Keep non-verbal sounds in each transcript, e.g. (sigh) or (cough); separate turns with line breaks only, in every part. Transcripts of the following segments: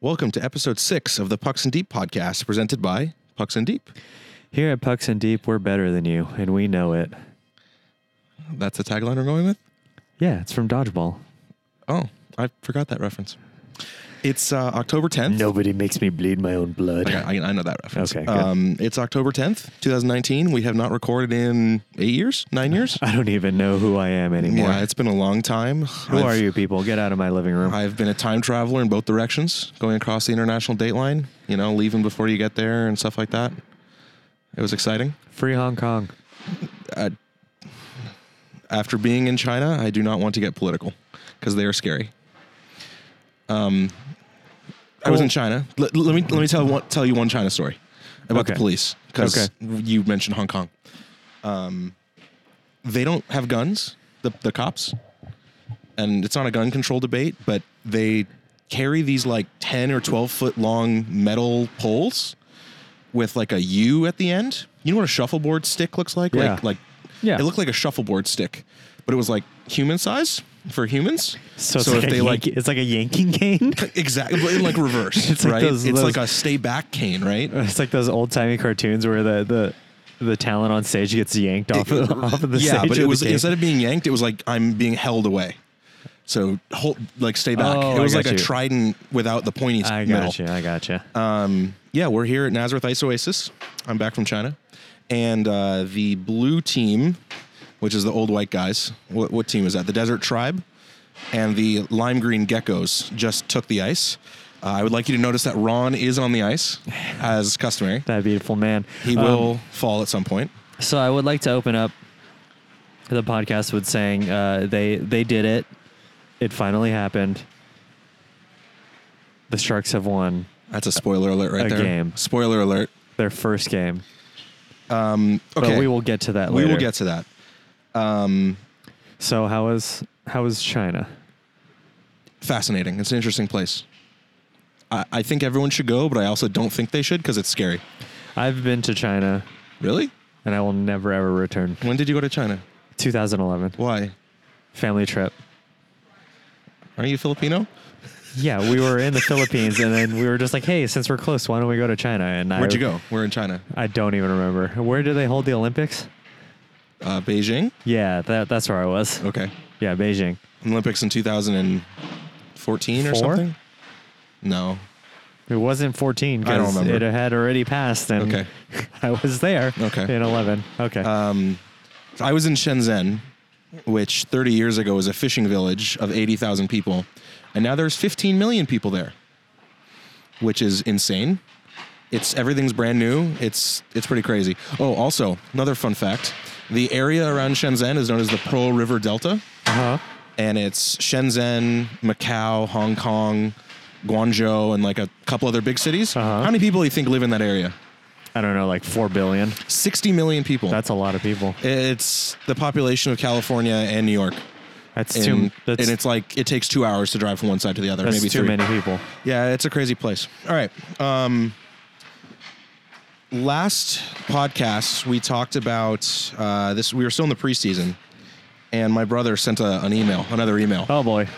Welcome to episode six of the Pucks and Deep podcast, presented by Pucks and Deep.
Here at Pucks and Deep, we're better than you, and we know it.
That's the tagline we're going with.
Yeah, it's from Dodgeball.
Oh, I forgot that reference. It's uh, October 10th.
Nobody makes me bleed my own blood.
I, got- I, I know that reference.
Okay, good.
Um, it's October 10th, 2019. We have not recorded in eight years, nine years.
(laughs) I don't even know who I am (laughs) anymore.
Yeah, it's been a long time.
who are you people? Get out of my living room.
I've been a time traveler in both directions, going across the international dateline, you know, leaving before you get there and stuff like that. It was exciting.
Free Hong Kong.
after being in China, I do not want to get political because they are scary. Um, I was in
Well-
China. Let, let me let me tell one, tell you one China story about the
Okay.
police because
Okay.
you mentioned Hong Kong. Um, they don't have guns. The the cops, and it's not a gun control debate, but they carry these like ten or twelve foot long metal poles with like a U at the end. You know what a shuffleboard stick looks like?
Yeah.
Like like
Yeah.
it looked like a shuffleboard stick, but it was like human size for humans.
So it's, like, a Yankee, (laughs) it's like a Yankee
(laughs)
cane.
exactly in like reverse,
(laughs) It's like
right?
those-
it's
those-
like a stay back cane, right?
it's like those old timey cartoons where the, the the talent on stage gets yanked off of, (laughs) off of the
yeah,
stage.
but
of
it
the
was
cane.
instead of being yanked, it was like I'm being held away. So hold, like stay back.
Oh,
it
I
was
got
like a
you.
trident without the pointy
I
middle.
gotcha. I gotcha.
Um, yeah, we're here at Nazareth Ice Oasis. I'm back from China, and uh, the blue team, which is the old white guys. What, what team is that? The Desert Tribe, and the lime green geckos just took the ice. Uh, I would like you to notice that Ron is on the ice, as customary.
that beautiful man.
He
Um,
will fall at some point.
So I would like to open up the podcast with saying uh, they they did it. It finally happened. The Sharks have won
That's a spoiler alert right
A
there.
game.
Spoiler alert.
their first game,
Okay,
but we will get to that
we
later.
will get to that.
So how is how is China?
Fascinating. It's an interesting place. I, I think everyone should go, but I also don't think they should because it's scary.
I've been to China
Really?
and I will never ever return.
When did you go to China?
2011
Why?
family trip.
Are you Filipino?
Yeah, we were in the Philippines and then we were just like, hey, since we're close, why don't we go to China? And I,
Where'd you go? We're in China.
I don't even remember. Where do they hold the Olympics?
Uh, Beijing?
Yeah, that, that's where I was.
Okay.
Yeah, Beijing.
Olympics in 2014 or
Four?
something? No.
It wasn't 14
I don't
because it
remember.
had already passed and
Okay.
(laughs) I was there
Okay.
in 11. Okay.
Um, I was in Shenzhen, which 30 years ago was a fishing village of 80,000 people. And now there's 15 million people there, which is insane. It's everything's brand new. It's it's pretty crazy. Oh, also another fun fact: the area around Shenzhen is known as the Pearl River Delta.
uh-huh.
and it's Shenzhen, Macau, Hong Kong, Guangzhou, and like a couple other big cities.
Uh-huh.
How many people do you think live in that area?
I don't know, like 4 billion.
60 million people.
That's a lot of people.
it's the population of California and New York.
That's
And,
too that's,
and it's like it takes two hours to drive from one side to the other.
that's
maybe
too
three.
many people.
Yeah, it's a crazy place. All right. Um, last podcast we talked about uh, this. We were still in the preseason, and my brother sent a, an email, another email.
Oh boy.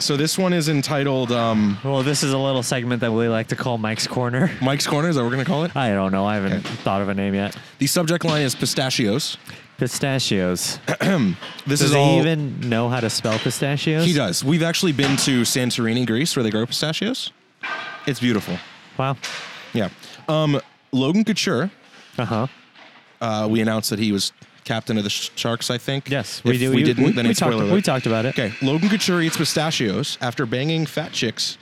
So this one is entitled. Um,
Well, this is a little segment that we like to call Mike's Corner. (laughs)
Mike's Corner, is that what we're going to call it?
I don't know. I haven't
Okay.
thought of a name yet.
The subject line is pistachios.
Pistachios.
This
Does
is
he
all.
even know how to spell pistachios?
he does. We've actually been to Santorini, Greece, where they grow pistachios. It's beautiful.
Wow.
Yeah. Um, Logan Couture,
Uh huh.
uh, we announced that he was captain of the Sh- Sharks, I think.
Yes,
If
we do.
we didn't, then
we
it's
talked,
spoiler alert.
we talked about it.
Okay. Logan Couture eats pistachios after banging fat chicks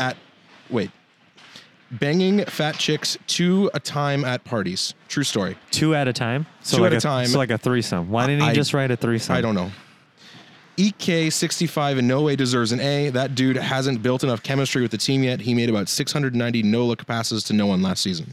at. Wait. Banging fat chicks two a time at parties. True story.
Two at a time. So
Two
like
at a time.
So like a threesome. Why didn't he
I-
just write a threesome?
I don't know. EK65 in no way deserves an A. That dude hasn't built enough chemistry with the team yet. He made about 690 no look passes to no one last season.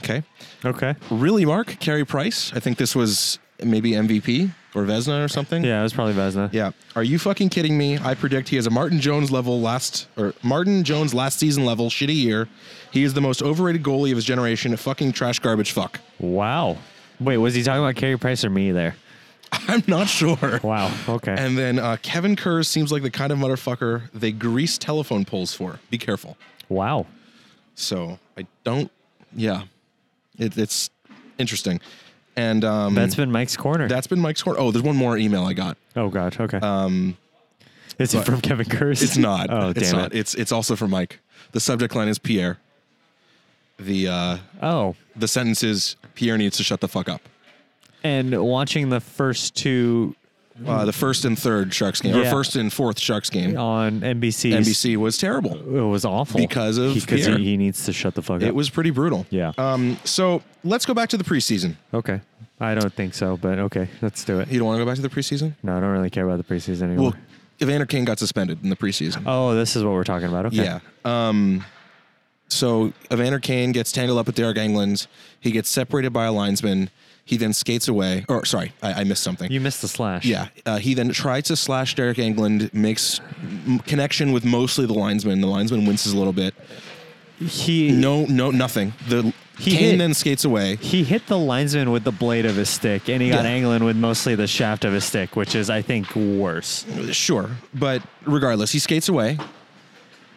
Okay.
Okay.
Really, Mark? Carey Price? I think this was maybe MVP or Vesna or something.
Yeah, it was probably Vesna.
Yeah. Are you fucking kidding me? I predict he has a Martin Jones level last or Martin Jones last season level shitty year. He is the most overrated goalie of his generation. A fucking trash garbage fuck. (laughs)
Wow. Wait, was he talking about Carey Price or me there?
I'm not sure.
Wow. Okay.
(laughs) And then uh, Kevin Kerr seems like the kind of motherfucker they grease telephone poles for. Be careful.
wow.
So I don't. Yeah, it, it's interesting. And um,
That's been Mike's corner.
that's been Mike's corner. Oh, there's one more email I got.
oh gosh. Okay. Um, is it
but-
from Kevin Curse? (laughs)
It's not.
oh
it's
damn
not.
it.
It's it's also for Mike. The subject line is Pierre. The uh,
Oh,
the sentence is Pierre needs to shut the fuck up.
and watching the first two
Uh, the first and third Sharks game, or
Yeah.
first and fourth Sharks game,
on NBC.
NBC was terrible.
It was awful
Because of
he, 'cause
Pierre.
he, he needs to shut the fuck up.
It was pretty brutal.
Yeah.
Um. So let's go back to the preseason.
okay. I don't think so, but okay, let's do it.
You don't want to go back to the preseason?
No, I don't really care about the preseason anymore.
Well, Evander Kane got suspended in the preseason.
oh, this is what we're talking about. Okay.
Yeah. Um, so Evander Kane gets tangled up with Derek England. He gets separated by a linesman. He then skates away. Or sorry, I, I missed something.
You missed the slash.
yeah. Uh, he then tries to slash Derek England, makes m- connection with mostly the linesman. The linesman winces a little bit.
He
No, no, nothing. The
He
Kane
hit-
then skates away.
he hit the linesman with the blade of his stick, and he got
Yeah.
Anglin with mostly the shaft of his stick, which is, I think, worse.
Sure, but regardless, he skates away.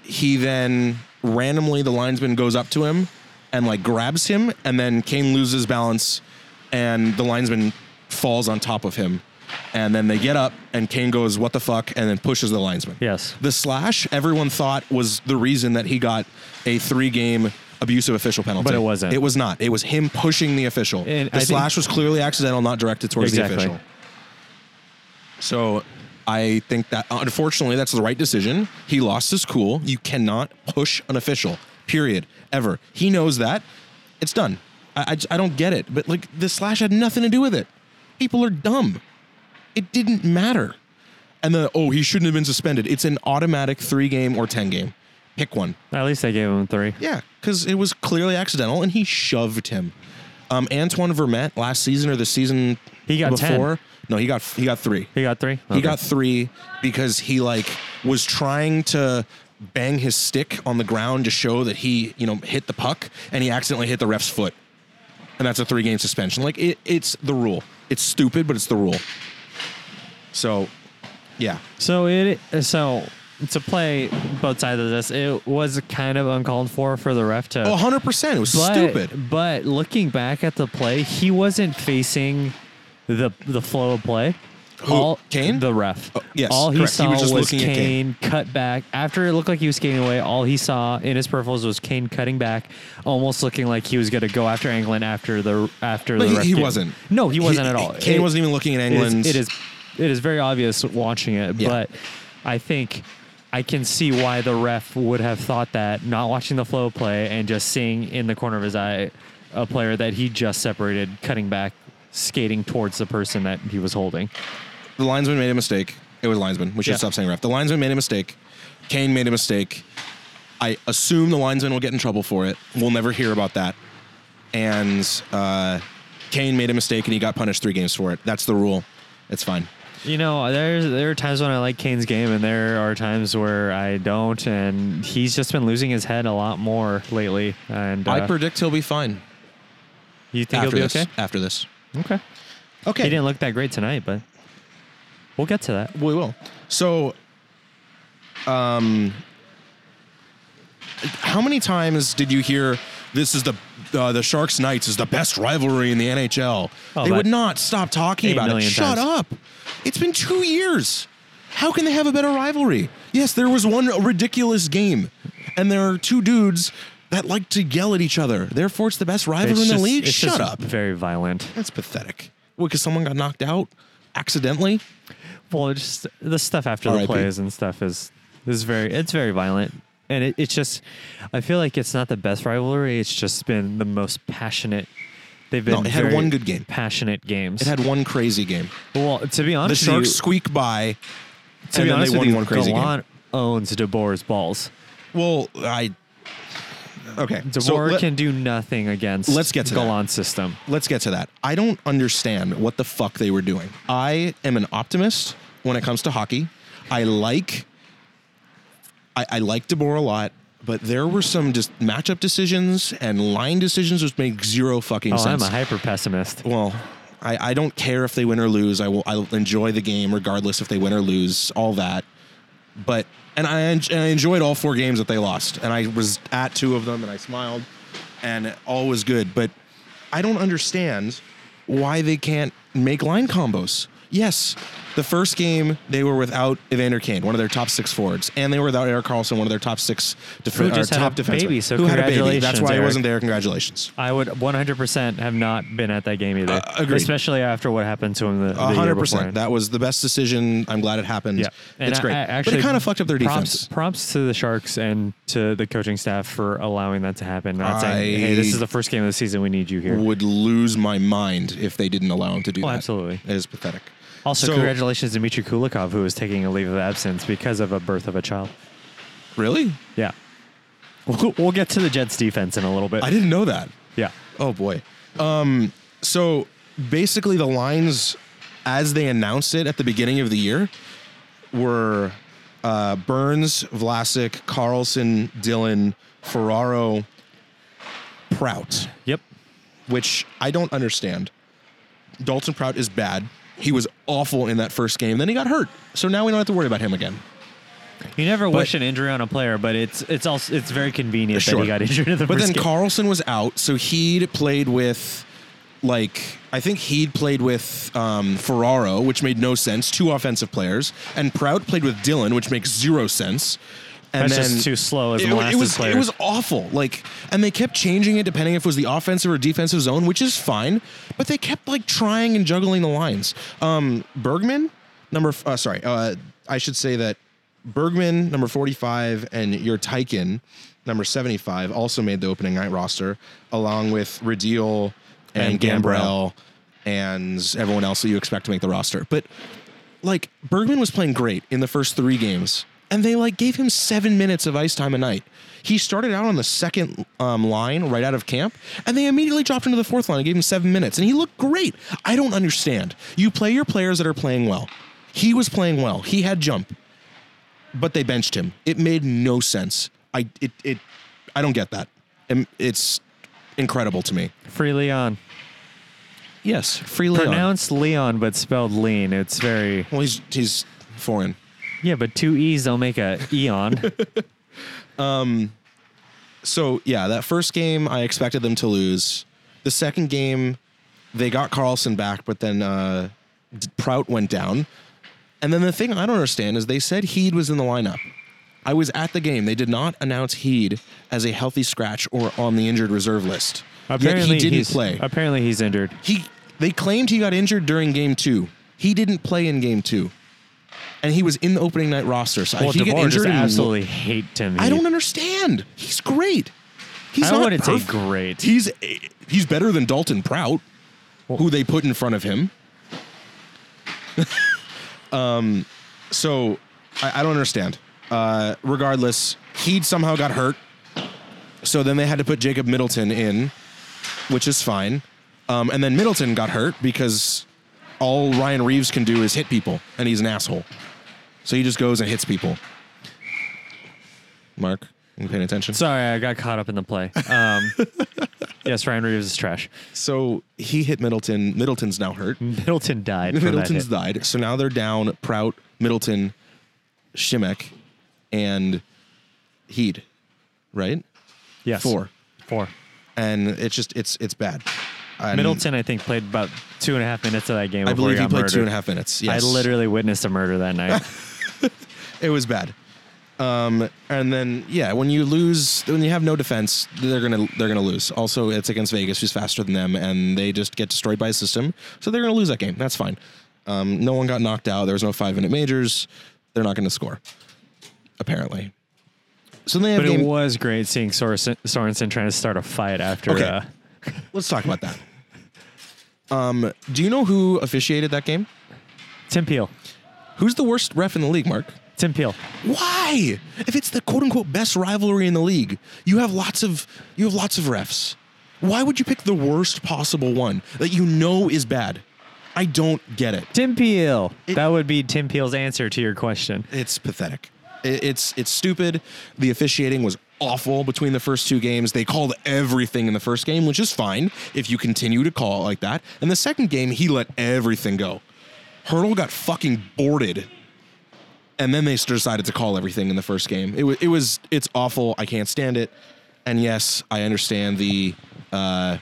He then randomly the linesman goes up to him and like grabs him, and then Kane loses balance, and the linesman falls on top of him, and then they get up, and Kane goes what the fuck, and then pushes the linesman.
Yes.
the slash everyone thought was the reason that he got a three game. Abusive official penalty,
But it wasn't.
It was not. It was him pushing the official.
And
the
I think-
slash was clearly accidental, not directed towards
Exactly.
the official. So I think that unfortunately that's the right decision. He lost his cool. You cannot push an official, period, ever. He knows that. It's done. I, I j- I don't get it. But like the slash had nothing to do with it. People are dumb. It didn't matter. And the oh, he shouldn't have been suspended. It's an automatic three game or 10 game. Pick one.
At least I gave him three.
Yeah, because it was clearly accidental, and he shoved him. Um, Antoine Vermette last season or the season
He got 10.
before? No, he got he got three.
He got three.
He got three because he like was trying to bang his stick on the ground to show that he you know hit the puck, and he accidentally hit the ref's foot, and that's a three game suspension. Like it, it's the rule. It's stupid, but it's the rule. So, yeah,
So it so to play both sides of this, it was kind of uncalled for for the ref to.
100 percent. It was
but,
stupid.
But looking back at the play, he wasn't facing the the flow of play.
Who, Kane? Oh,
the ref.
yes,
all he
correct. He
saw
was
was,
just looking
Kane,
at Kane.
cut back after it looked like he was skating away. All he saw in his peripherals was Kane cutting back, almost looking like he was going to go after Anglin after the after
But
the
he-
ref.
he
did.
wasn't.
No, he wasn't at all.
Kane
It-
wasn't even looking at
it is-
England's.
It is, it is very obvious watching it,
Yeah.
but I think I can see why the ref would have thought that not watching the flow play and just seeing in the corner of his eye a player that he just separated cutting back skating towards the person that he was holding.
the linesman made a mistake. It was linesman. We should
Yeah.
stop saying ref. The linesman made a mistake. Kane made a mistake. I assume the linesman will get in trouble for it. We'll never hear about that. And uh, Kane made a mistake and he got punished three games for it. That's the rule. It's fine.
You know, there's there are times when I like Kane's game and there are times where I don't and he's just been losing his head a lot more lately and uh,
I predict he'll be fine
you think he'll
after
be
this.
okay?
After this.
Okay.
Okay.
He didn't look that great tonight, but we'll get to that.
We will. So, um, how many times did you hear this is the uh, the Sharks Knights is the best rivalry in the NHL?
Oh,
they
about
would not stop talking
eight
about it.
million
Shut
times.
up! It's been two years. How can they have a better rivalry? Yes, there was one ridiculous game, and there are two dudes that like to yell at each other. Therefore, it's the best rivalry in the
just-
league.
it's
Shut
just
up!
Very violent.
That's pathetic. Well, because someone got knocked out accidentally.
Well, it's just the stuff after the
RIP.
plays and stuff is is very it's very violent, and it, it's just I feel like it's not the best rivalry. It's just been the most passionate. They've been
No, it had
very
one good game.
Passionate games.
It had one crazy game.
well, to be
the
honest, with
Sharks
you,
squeak by.
to
and
be
then
honest
they
with
won
you,
one crazy game.
Gallant owns DeBoer's balls.
Well, I okay.
DeBoer
So let,
can do nothing against
Let's get to that.
Gallant's system.
let's get to that. I don't understand what the fuck they were doing. I am an optimist when it comes to hockey. I like I, I like DeBoer a lot, but there were some just matchup decisions and line decisions which make zero fucking
Oh, I'm
sense.
a hyper pessimist.
well, I, I don't care if they win or lose. I will I'll enjoy the game regardless if they win or lose, all that. But and I en- and I enjoyed all four games that they lost, and I was at two of them, and I smiled, and all was good. But I don't understand why they can't make line combos. Yes, the first game they were without Evander Kane, one of their top six forwards, and they were without Eric Carlson, one of their top six def-
Who just
or
had
top
a
defensemen.
baby, so
who had a baby. That's
congratulations,
why I
Eric.
wasn't there. Congratulations.
I would 100% have not been at that game either.
Uh, agreed.
Especially after what happened to him the, the
A
year
hundred
beforehand.
percent. That was the best decision. I'm glad it happened.
yeah, And
it's
I-
great.
I
but it kind of fucked up their
props,
defense.
Props to the Sharks and to the coaching staff for allowing that to happen. Not saying,
I-
hey, this is the first game of the season. We need you here.
Would lose my mind if they didn't allow him to do
Oh,
that.
absolutely.
it is pathetic.
Also,
So-
congratulations to Dmitry Kulikov, who is taking a leave of absence because of a birth of a child.
Really?
Yeah. We'll, we'll get to the Jets defense in a little bit.
I didn't know that.
yeah.
Oh boy. Um, so basically, the lines as they announced it at the beginning of the year were uh, Burns, Vlasic, Carlson, Dylan, Ferraro, Prout.
Yep.
which I don't understand. Dalton Prout is bad. He was awful in that first game. Then he got hurt. So now we don't have to worry about him again.
You never wish an injury on a player, but it's it's also it's very convenient that
Sure.
he got injured in the
But
first
then
game.
Carlson was out, so he'd played with like I think he'd played with um, Ferraro, which made no sense. Two offensive players, and Prout played with Dylan, which makes zero sense. And
That's
then
just too slow as
it,
an
it
elastic
was
player.
it was awful. Like, and they kept changing it depending if it was the offensive or defensive zone, which is fine. But they kept like trying and juggling the lines. Um, Bergman, number f- uh, sorry, uh, I should say that Bergman, number forty-five, and your Tyken, number seventy-five, also made the opening night roster along with Radil and,
And Gambrell.
Gambrell and everyone else that you expect to make the roster. But like Bergman was playing great in the first three games, and they like gave him seven minutes of ice time a night. He started out on the second um, line right out of camp, and they immediately dropped him to the fourth line and gave him seven minutes, and he looked great. I don't understand. You play your players that are playing well. He was playing well. He had jump, but they benched him. It made no sense. I it it I don't get that. Em- It's incredible to me.
Free Leon.
Yes, free Leon.
Pronounced Leon, but spelled lean. It's very
well, he's he's foreign.
yeah, but two e's don't make a E eon.
so yeah, that first game I expected them to lose. The second game, they got Carlson back, but then uh, D- Prout went down. And then the thing I don't understand is they said Heed was in the lineup. I was at the game. They did not announce Heed as a healthy scratch or on the injured reserve list. Yet
apparently
he didn't
he's,
play.
Apparently he's injured.
He they claimed he got injured during game two. He didn't play in game two, and he was in the opening night roster. So
Well,
he got
DeVore
injured.
just
and-
absolutely hate Tim.
I
Heath.
don't understand. He's great. He's
I
not
wouldn't say
perfect.
great.
He's he's better than Dalton Prout, who they put in front of
(laughs)
him. um, Um, so I, I don't understand. Uh, regardless, he somehow got hurt, so then they had to put Jacob Middleton in, which is fine. Um, and then Middleton got hurt because all Ryan Reeves can do is hit people, and he's an asshole. So he just goes and hits people. Mark, you paying attention?
Sorry, I got caught up in the play.
(laughs)
Um, yes, Ryan Reeves is trash.
So he hit Middleton. Middleton's now hurt.
Middleton died. from Mm, that
(laughs) Middleton's
hit.
died. So now they're down Prout, Middleton, Shimek, and Heed, right?
Yes.
Four.
Four.
And it's just it's it's bad. And
Middleton, I think, played about two and a half minutes of that game.
I
before
believe he
got
played
murdered.
two and a half minutes. Yes,
I literally witnessed a murder
(laughs)
that night.
it was bad. Um, and then yeah, when you lose, when you have no defense, they're gonna they're gonna lose. Also, it's against Vegas, who's faster than them, and they just get destroyed by a system, so they're gonna lose that game. That's fine. Um, no one got knocked out. There was no five minute majors. They're not gonna score, apparently. So they have
but it
game.
was great seeing Sorensen, Sorensen trying to start a fight after.
Okay.
Uh,
Let's talk about that. Um, do you know who officiated that game?
Tim Peel.
Who's the worst ref in the league, Mark?
Tim Peel.
Why? If it's the quote unquote best rivalry in the league, you have lots of you have lots of refs. Why would you pick the worst possible one that you know is bad? I don't get it.
Tim Peel. that would be Tim Peel's answer to your question.
It's pathetic. I- It's it's stupid. The officiating was awful between the first two games. They called everything in the first game, which is fine if you continue to call it like that. And the second game, he let everything go. Hurdle got fucking boarded. And then they s- decided to call everything in the first game. It was, it was, it's awful. I can't stand it. And yes, I understand the, uh,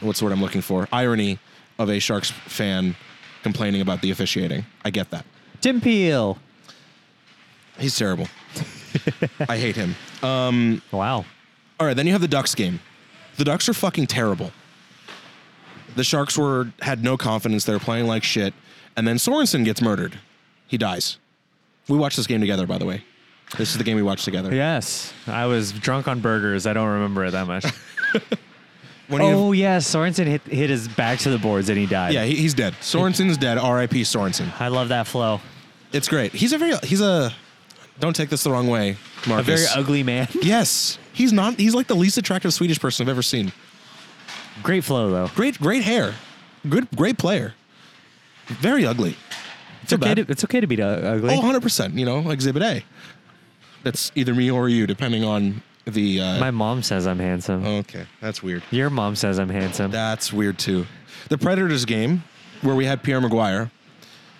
what's the word I'm looking for? Irony of a Sharks fan complaining about the officiating. I get that.
Tim Peel.
He's terrible. I hate him.
Wow.
All right, then you have the Ducks game. The Ducks are fucking terrible. The Sharks were had no confidence. They were playing like shit, and then Sorensen gets murdered. He dies. We watched this game together, by the way. This is the game we watched together.
Yes, I was drunk on burgers. I don't remember it that much.
When you have-
(laughs) oh yeah, Sorensen hit hit his back to the boards and he died.
yeah, he, he's dead. Sorensen's dead. R.I.P. Sorensen.
I love that flow.
It's great. He's a very he's a. Don't take this the wrong way,
A
Marcus.
very ugly man. (laughs)
yes, he's not. He's like the least attractive Swedish person I've ever seen.
Great flow though.
Great, great hair. Good, great player. Very ugly.
It's
bad.
okay. To, it's okay to be u- ugly.
Oh, 100%. You know, exhibit A. That's either me or you, depending on the. Uh,
My mom says I'm handsome.
okay, that's weird.
Your mom says I'm handsome.
That's weird too. The Predators game, where we had Pierre Maguire,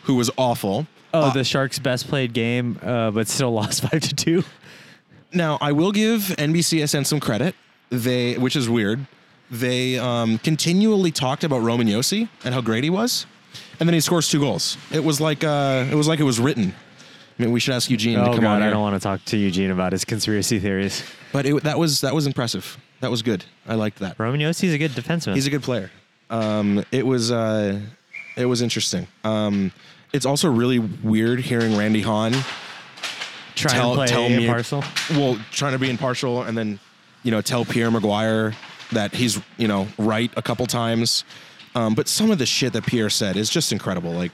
who was awful.
oh,
Uh,
the Sharks' best played game, uh, but still (laughs) lost five to two.
Now, I will give NBCSN some credit. They, which is weird, they um, continually talked about Roman Yossi and how great he was, and then he scores two goals. It was like uh, it was like it was written. I mean, we should ask Eugene to
Oh
come on
god, I
here.
don't want to talk to Eugene about his conspiracy theories.
But it, that was that was impressive. That was good. I liked that.
Roman Yossi's a good defenseman.
He's a good player. Um, it was uh, it was interesting. Um, it's also really weird hearing Randy Hahn
Try
tell
and play
tell me
parcel.
Well, trying to be impartial and then you know tell Pierre Maguire that he's you know right a couple times. Um, but some of the shit that Pierre said is just incredible. Like,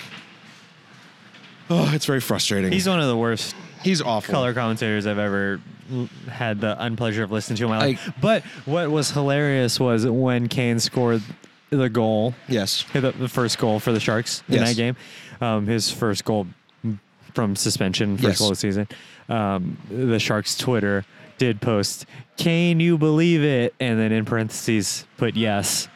oh, it's very frustrating.
He's one of the worst
he's awful.
color commentators I've ever l- had the unpleasure of listening to in my life.
I-
but what was hilarious was when Kane scored the goal,
Yes.
hit the, the first goal for the Sharks in
Yes.
that game, um, his first goal from suspension, first
Yes.
goal of the season. Um, the Sharks Twitter did post, "Kane, you believe it?" and then in parentheses put yes,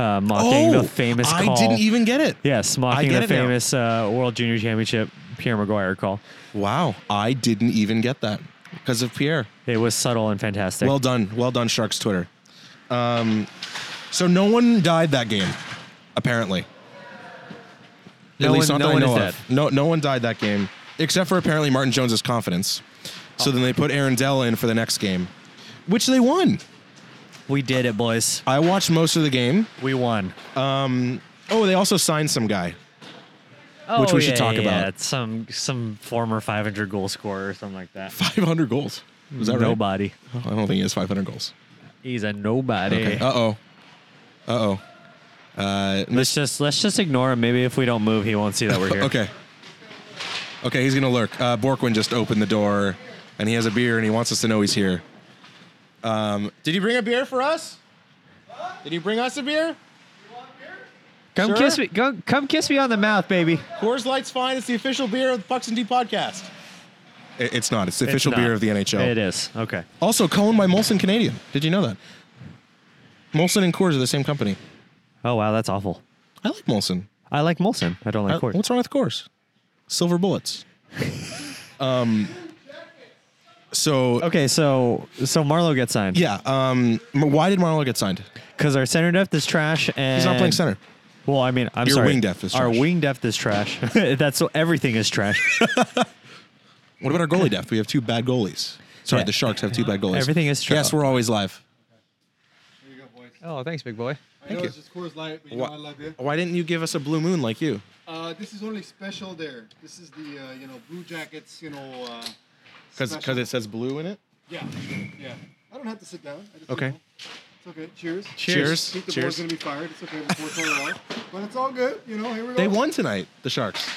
uh, mocking the famous
Oh, I
call.
didn't e-, even get it.
Yes, mocking
get
the
it now.
famous uh, World Junior Championship Pierre Maguire call.
Wow, I didn't even get that because of Pierre.
It was subtle and fantastic.
Well done, well done, Sharks Twitter. Um, so no one died that game, apparently.
No one- no one is dead.
No, no one died that game, except for apparently Martin Jones's confidence. So then they put Aaron Dell in for the next game, which they won.
We did it, boys.
I watched most of the game.
We won.
Oh, they also signed some guy. (laughs)
Oh,
Which we should talk about.
It's some some former 500 goal scorer or something like that.
500 goals. Is that right? Oh,
nobody.
I don't think he has 500 goals.
He's a nobody.
Okay. Uh, Uh-oh. Uh-oh. Uh,
Let's just let's just ignore him. Maybe if we don't move, he won't see that we're here.
(laughs) Okay. Okay, he's gonna lurk. Uh, Borkwin just opened the door, and he has a beer, and he wants us to know he's here. Um, did he bring a beer for us? Did he bring us a beer?
Come
Sure.
kiss me. Go, come kiss me on the mouth, baby.
Coors Light's fine. It's the official beer of the Pucks and D podcast. It's not. It's the official
It's not.
beer of the NHL.
It is. Okay.
Also, Cullen by Molson Canadian. Did you know that? Molson and Coors are the same company.
Oh wow, that's awful.
I like Molson.
I like Molson. I don't like
I-
Coors.
What's wrong with Coors? Silver
(laughs)
bullets. um, so
Okay, so so Marlowe gets signed.
Yeah. Um. m- Why did Marlowe get signed?
Because our center depth is trash, and
He's not playing center.
Well, I mean, I'm
Your
sorry.
wing depth is
Our
trash.
wing depth is trash. (laughs) that's everything is trash.
What about our goalie depth? We have two bad goalies. Sorry,
Yeah.
the Sharks have two bad goalies.
Everything is true.
Yes, we're always live.
Here you go, boys.
oh, thanks, big boy.
I know
you.
it's just Coors Light, but you know I love you.
Why didn't you give us a blue moon like you?
Uh, this is only special there. This is the uh, you know Blue Jackets, you know. Uh,
Because
special.
it says blue in it.
Yeah, yeah. I don't have to sit down. I just
Okay.
You know, it's okay. Cheers.
Cheers.
I think the
Cheers.
board's gonna be fired. It's okay. Before it's all right. But it's all good. You know. Here we go.
They won tonight. The Sharks.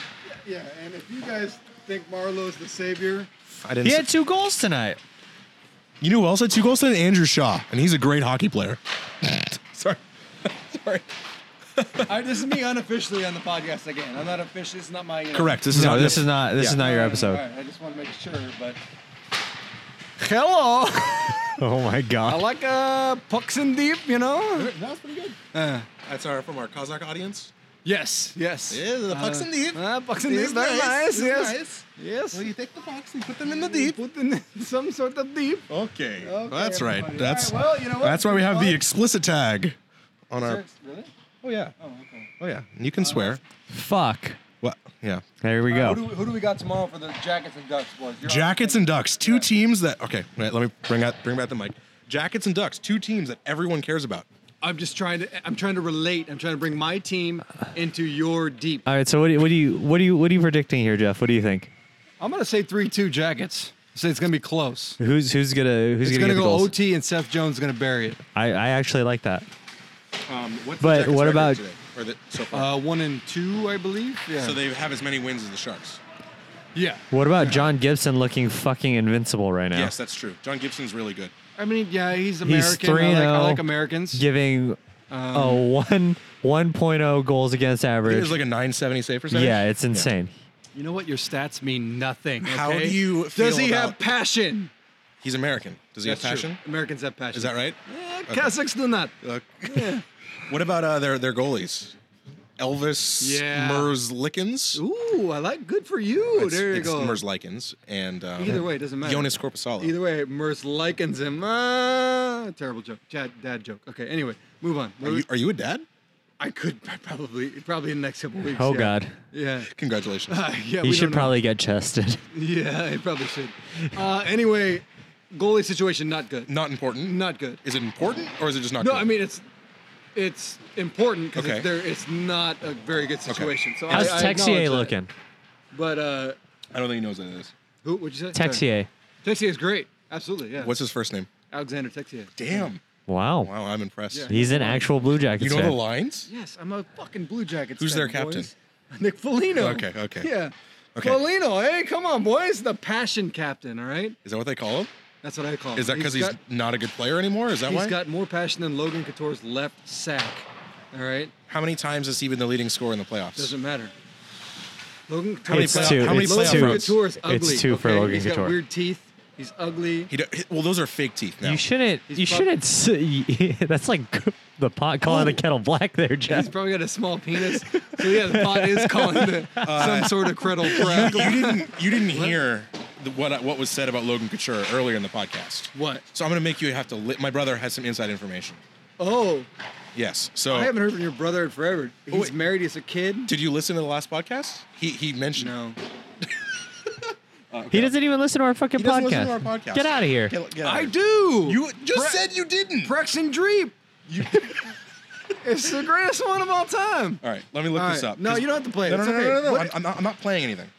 Yeah, and if you guys think Marlowe's the savior,
I didn't.
He
s-
had two goals tonight.
you knew who else had two goals tonight? Andrew Shaw, and he's a great hockey
(laughs)
player. Sorry. Sorry.
I, this is me unofficially on the podcast again. I'm not official.
uh,
This is not my. You know,
Correct. This is
no,
not.
this is not. This
yeah.
is not your
All right,
episode.
all right, I just want to make sure, but Hello.
(laughs) Oh my
I
god.
like uh, pucks in deep, you know.
That was pretty good. Uh, That's our from our Kazakh audience.
Yes, yes.
Yeah, Eh, the pucks in deep.
Uh, pucks in
It
deep,
is
very nice.
It is
yes,
nice.
yes.
Well, you take the pucks and put them in the deep.
Put in (laughs) some sort of deep.
Okay.
Okay,
that's right.
everybody.
That's
All right, well, you know what?
that's why we have the
Well-
explicit tag on our.
Really?
Oh yeah.
Oh, okay.
Oh yeah. You can swear.
Fuck.
Well, yeah.
There we
Who
go.
do, we, who do we got tomorrow for the Jackets and Ducks, boys? You're
Jackets
on-
and Ducks, two teams that. Okay, wait, let me bring out bring back the mic. Jackets and Ducks, two teams that everyone cares about.
I'm just trying to. I'm trying to relate. I'm trying to bring my team into your deep.
All right. So what do, you, what do you what do you what are you predicting here, Jeff? What do you think?
I'm gonna say three-two Jackets. Say it's gonna be close.
Who's who's gonna who's
It's
gonna,
gonna
get the
go
goals?
OT, and Seth Jones is gonna bury it.
I I actually like that.
Um, what's
But
Jackets'
what
record
about-
today? Or the, so far?
Uh, one and two, I believe. Yeah.
so they have as many wins as the Sharks.
yeah.
What about John Gibson looking fucking invincible right now?
Yes, that's true. John Gibson's really good.
I mean, yeah, he's American. I,
3-0.
like, I like Americans.
Giving a one 1.0 goals against
It
average.
is like a 970 save percentage.
yeah, it's insane.
You know what? Your stats mean nothing.
How
okay?
do you
Does
feel
he
about-
have passion?
He's American. Does he have
That's true.
passion?
Americans have passion.
Is that right?
Eh, Kazakhs do not.
Uh, what about uh, their their goalies? Elvis
Yeah.
Mers Lickens.
Ooh, I like. Good for you.
It's-
there you
it's
go.
Mers Likens and um,
Either way, it doesn't matter.
Jonas Corposalo.
Either way, Merce likens him. Ah, terrible joke. Chad, dad joke. Okay. Anyway, move on.
Are you, are you a dad?
I could probably probably in the next couple weeks.
Oh
yeah.
god.
Yeah. (laughs)
Congratulations.
yeah.
He
we
should
don't know.
probably get chested.
(laughs) Yeah, it probably should. Uh, anyway, goalie situation not good.
Not important.
Not good.
Is it important or is it just not?
No,
good?
I mean it's it's important because
Okay.
it's there it's not a very good situation. So
How's
I, I acknowledge
Texier
that.
looking?
But uh,
I don't think he knows what it is.
who would you say? Sorry.
Texier.
Texier is great. Absolutely. Yeah.
What's his first name?
Alexander Texier?
Damn.
Wow.
Wow, I'm impressed.
Yeah.
He's an actual
Um,
Blue
You
Jackets
know
fan.
the lines?
Yes, I'm a fucking Blue Jackets.
Who's
fan,
their captain?
boys. (laughs) Nick Foligno.
Okay, okay.
Yeah.
Okay.
Foligno, hey, come on, boys. The passion captain, all right?
Is that what they call him?
That's what I call him.
Is that because he's,
got-
not a good player anymore? Is that
He's
why?
got more passion than Logan Couture's left sack. All right,
How many times has he been the leading scorer in the playoffs?
doesn't matter. Logan Couture.
many
It's
playoff-
two.
how many
it's
playoff runs?
two.
Logan Couture's ugly.
It's two for
okay?
Logan
He's
Couture.
got weird teeth. He's (laughs) ugly.
He do- he- well, those are fake teeth now.
You shouldn't.
He's
you
prob-
shouldn't. s- (laughs) That's like the pot calling
Oh.
the kettle black there, Jeff.
He's probably got a small penis. So yeah, the pot is calling (laughs) the, some sort of cradle crap.
you didn't. You didn't hear the, what I- what was said about Logan Couture earlier in the podcast.
(laughs) What?
So I'm gonna make you have to. Li- my brother has some inside information.
Oh,
Yes. So
I haven't heard from your brother in forever. He's
wait.
married. He's a kid.
did you listen to the last podcast? He he mentioned.
No.
He doesn't even listen to our fucking
He
podcast.
doesn't listen to our podcast.
Get out of here.
Get- get out
I
of here.
do.
You just
Pre-
said you didn't.
Prex and Dreep. (laughs) it's the greatest one of all time.
All right, let me look
All
this
right.
up.
No,
'cause-
you don't have to play it.
No, no,
It's
no,
okay.
no, no, no.
What-
I'm, I'm, not, I'm not playing anything.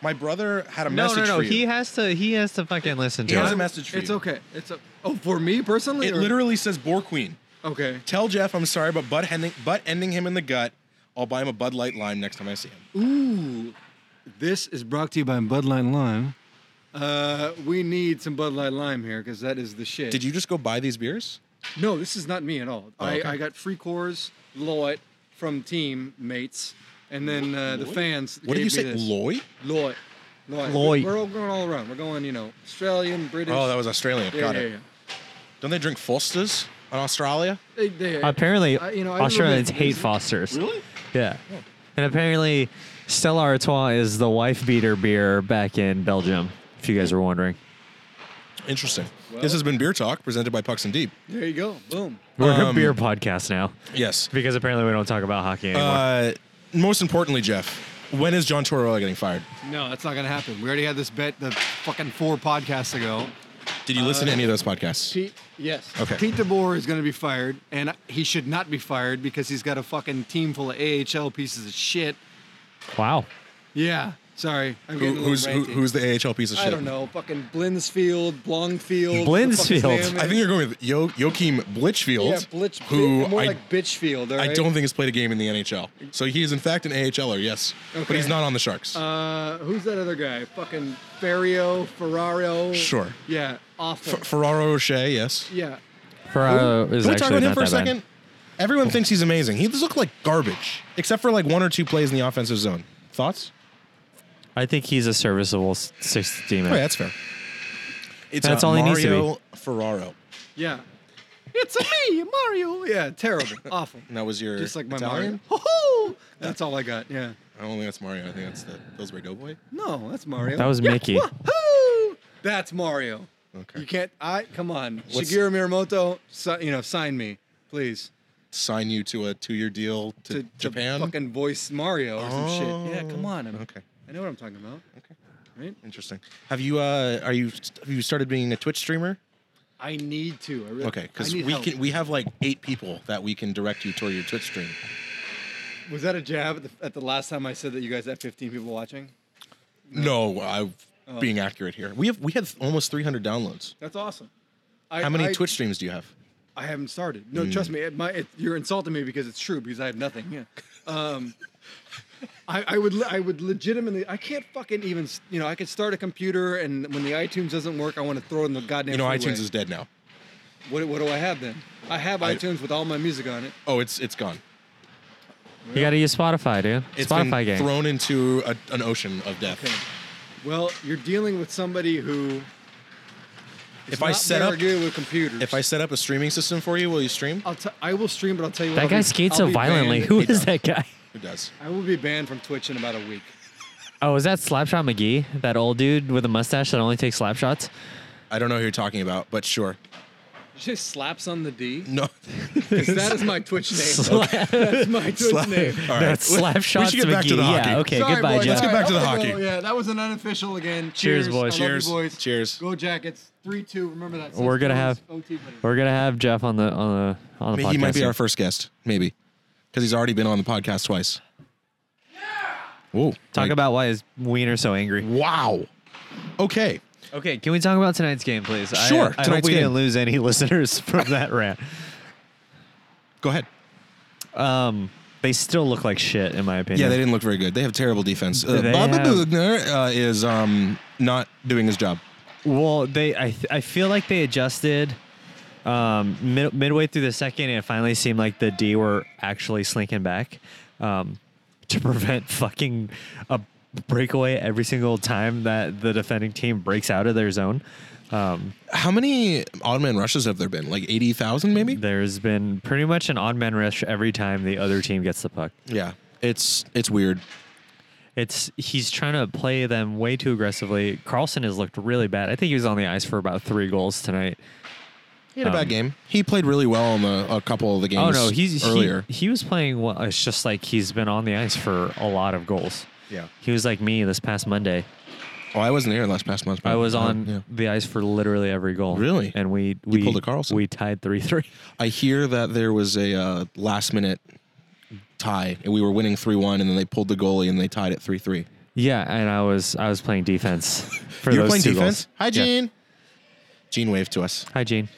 My brother had a
No,
message
no, no.
for you.
He has to. He has to fucking listen to
He
it.
has a message for
It's
you.
okay. It's a, oh for me personally.
It
or-
literally says Boar Queen.
okay.
Tell Jeff I'm sorry, but butt ending, butt ending him in the gut. I'll buy him a Bud Light Lime next time I see him.
Ooh, this is brought to you by Bud Light Lime. Uh, we need some Bud Light Lime here because that is the shit.
Did you just go buy these beers?
No, this is not me at all.
okay.
I, I got free cores, Lloyd from teammates, and then uh, the
Lloyd?
fans.
What did you
gave
say,
me this.
Loy?
Lloyd. Lloyd.
Lloyd.
We're all going all around. We're going, you know, Australian, British.
Oh, that was Australian.
yeah,
Got
yeah,
it.
yeah.
Don't they drink Foster's in Australia?
They, they,
Apparently,
I- you know, I remember
Australians
it.
hate Fosters. Yeah.
Oh.
And apparently, Stella Artois is the wife beater beer back in Belgium. If you guys were wondering,
Interesting. this has been Beer Talk, presented by Pucks and Deep.
There you go. Boom.
we're a
Um,
beer podcast now
Yes.
because apparently we don't talk about hockey anymore.
Uh, most importantly, Jeff, when is John Tortorella getting fired?
No, that's not gonna happen. We already had this bet the fucking four podcasts ago.
Did you
Uh,
listen to any of those podcasts?
Pete, yes.
Okay.
Pete DeBoer is going to be fired, and he should not be fired because he's got a fucking team full of AHL pieces of shit.
wow.
Yeah, sorry. I'm
Who,
getting a little
who's, who,
ranty.
who's the AHL piece of shit?
I don't know. Fucking Blinsfield, Blongfield.
Blinsfield.
I think you're going with jo- Joachim Blitchfield,
Yeah, Blitch,
who
more
I,
like Bitchfield. all
I
right?
don't think has played a game in the NHL. So he is in fact an AHLer, yes, but
Okay.
he's not on the Sharks.
Uh, who's that other guy? Fucking Ferrio, Ferraro.
Sure.
Yeah, awful.
F- Ferraro Rocher, yes.
yeah.
Ferraro
Can
is
we
uh, actually
talk about him
not
for a
that bad.
second? Everyone thinks he's amazing. He just looked like garbage, except for like one or two plays in the offensive zone. Thoughts?
I think he's a serviceable s- sixth teammate.
Oh, yeah, that's fair. It's
That's
uh,
all he needs to
Mario Ferraro.
Yeah.
It's me, Mario.
Yeah, terrible.
(laughs)
Awful.
And that was your
Just like my
Italian?
Mario. Ho-ho! That's all I got. Yeah.
I don't think that's Mario. I think that's the Pillsbury Doughboy.
No, that's Mario.
That was Mickey.
Woo! That's Mario.
Okay.
You can't. I come on,
What's-
Shigeru Miyamoto. si- you know, sign me, please.
Sign you to a two-year deal to,
To
Japan.
to fucking voice Mario or some
Oh,
shit. Yeah, come on. I'm,
okay.
I know what I'm talking about.
Okay.
Right?
Interesting. Have you uh are you have you started being a Twitch streamer?
I need to. I really.
Okay,
I
because
need
we
help.
can we have like eight people that we can direct you toward your Twitch stream.
Was that a jab at the, at the last time I said that you guys had 15 people watching?
No, I'm
Oh.
being accurate here. We have we have almost 300 downloads.
That's awesome. I,
How many
I,
Twitch streams do you have?
I haven't started.
Mm.
No, trust me. It, my, it, you're insulting me because it's true. Because I have nothing. Yeah. Um, I, I would. le- I would legitimately. I can't fucking even. s- You know, I could start a computer, and when the iTunes doesn't work, I want to throw in the goddamn.
You know,
freeway.
iTunes is dead now.
What, what do I have then? I have iTunes with all my music on it.
Oh, it's it's gone.
You gotta use Spotify, dude.
It's
Spotify
been
game.
thrown into a, an ocean of death.
Okay. Well, you're dealing with somebody who. is
If I
not
set
very
up-
good with computers.
If I set up a streaming system for you, will you stream?
I'll t- I will stream, but I'll tell you what.
that
I'll
guy
be-
skates so
I'll be
violently. (laughs)
banned- (laughs)
Who is that guy?
Who does?
I will be banned from Twitch in about a week.
Oh, is that Slapshot McGee? That old dude with a mustache that only takes slap shots?
I don't know who you're talking about, but sure.
Just slaps on the D.
No.
Because that is my Twitch name.
Slap-
That's my Twitch
Slap-
name.
All right.
That's (laughs) slap shots
get back
McGee.
to the hockey.
Yeah, okay,
Sorry,
goodbye,
boys.
Jeff.
Let's get back to the
Sorry.
hockey.
Oh, Yeah, that was an unofficial again.
Cheers,
Cheers,
boys.
I love you,
Cheers.
boys.
Cheers.
Go Jackets. Three two. Remember that.
We're gonna
Six
have-
goals, OT wins.
We're gonna have Jeff on the on the on
I
the
mean,
podcast.
he might be
here.
our first guest, maybe, because he's already been on the podcast twice. Whoa!
Talk
like-
about why is Wiener so angry?
wow. Okay,
Okay, can we talk about tonight's game, please? I-
Sure,
I, hope
tonight's
we
game.
didn't lose any (laughs) listeners from that rant.
go ahead.
Um, they still look like shit, in my
Yeah,
opinion.
they didn't look very good. They have terrible defense. Uh,
They
Bobby
have-
Bugner uh, is um, not doing his job.
Well, they I th- I feel like they adjusted um, mid- midway through the second, and it finally seemed like the D were actually slinking back um, to (laughs) prevent fucking a breakaway every single time that the defending team breaks out of their zone. Um,
How many Ottoman rushes have there been? Like eighty thousand, maybe.
there's been pretty much an odd man rush every time the other team gets the puck.
Yeah, it's it's weird.
It's he's trying to play them way too aggressively. Carlson has looked really bad. I think he was on the ice for about three goals tonight.
He had a
Um,
bad game. He played really well in the, a couple of the
Oh
games.
no, he's
earlier.
He, he was playing well. It's just like he's been on the ice for a lot of goals.
yeah.
He was like me this past Monday.
Oh, I wasn't here last past month. but-
I was on
Uh, Yeah.
the ice for literally every goal.
Really?
And we we
pulled a Carlson.
We tied three three. (laughs)
I hear that there was a uh, last minute tie, and we were winning three one, and then they pulled the goalie and they tied it three three.
Yeah, and I was I was
(laughs)
playing defense for
You're
those
playing
two
defense.
goals.
Hi,
Yeah.
Gene. Gene waved to us.
Hi, Gene.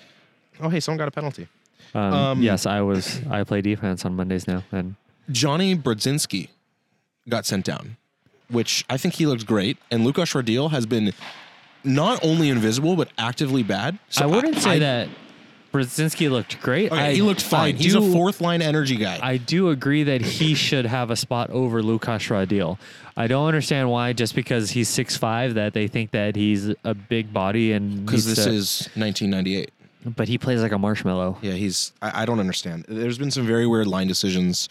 Oh, hey, someone got a penalty.
Um,
Um,
yes, I was. I play defense on Mondays now, and
Johnny Brodzinski got sent down, which I think he looked great. And Lukasz Radil has been not only invisible but actively bad. So
I wouldn't say
I-
that Brzezinski looked great.
okay,
I,
he looked
I
fine. He's
do-
a fourth line energy guy.
I do agree that he should have a spot over Lukash Radil. I don't understand why, just because he's 6'5", that they think that he's a big body and
Because
needs
this
to-
is 1998.
But he plays like a marshmallow.
Yeah, he's. I, I don't understand. There's been some very weird line decisions.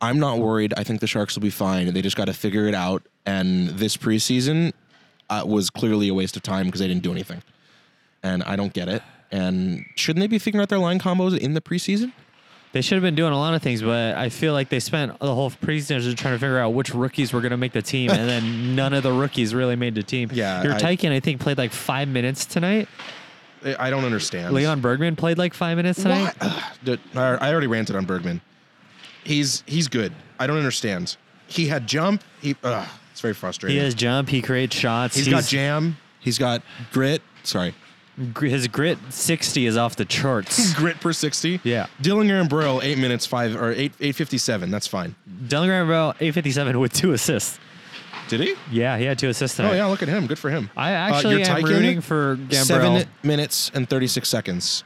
I'm not worried. I think the Sharks will be fine. They just got to figure it out. And this preseason uh, was clearly a waste of time because they didn't do anything. And I don't get it. And shouldn't they be figuring out their line combos in the preseason?
They should have been doing a lot of things, but I feel like they spent the whole preseason trying to figure out which rookies were going to make the team,
(laughs)
and then none of the rookies really made the team.
Yeah,
your
I-
Tyken I think played like five minutes tonight.
I- I don't understand.
Leon Bergman played like five minutes tonight.
Dude, I I already ranted on Bergman. He's he's good. I don't understand. He had jump. He. Uh, it's very frustrating.
He has jump. He creates shots.
he's got jam. He's got grit. Sorry.
gr- his grit sixty is off the
(laughs)
charts.
grit per 60.
Yeah.
Dillinger and Brill, eight minutes, five or eight, 857. That's fine.
Delgado Bell, 857 with two assists.
Did he?
Yeah, he had two assists tonight.
Oh, yeah. Look at him. Good for him.
I
Uh,
actually
your
am
Tyken,
rooting for Gambrell.
Seven minutes and 36 seconds.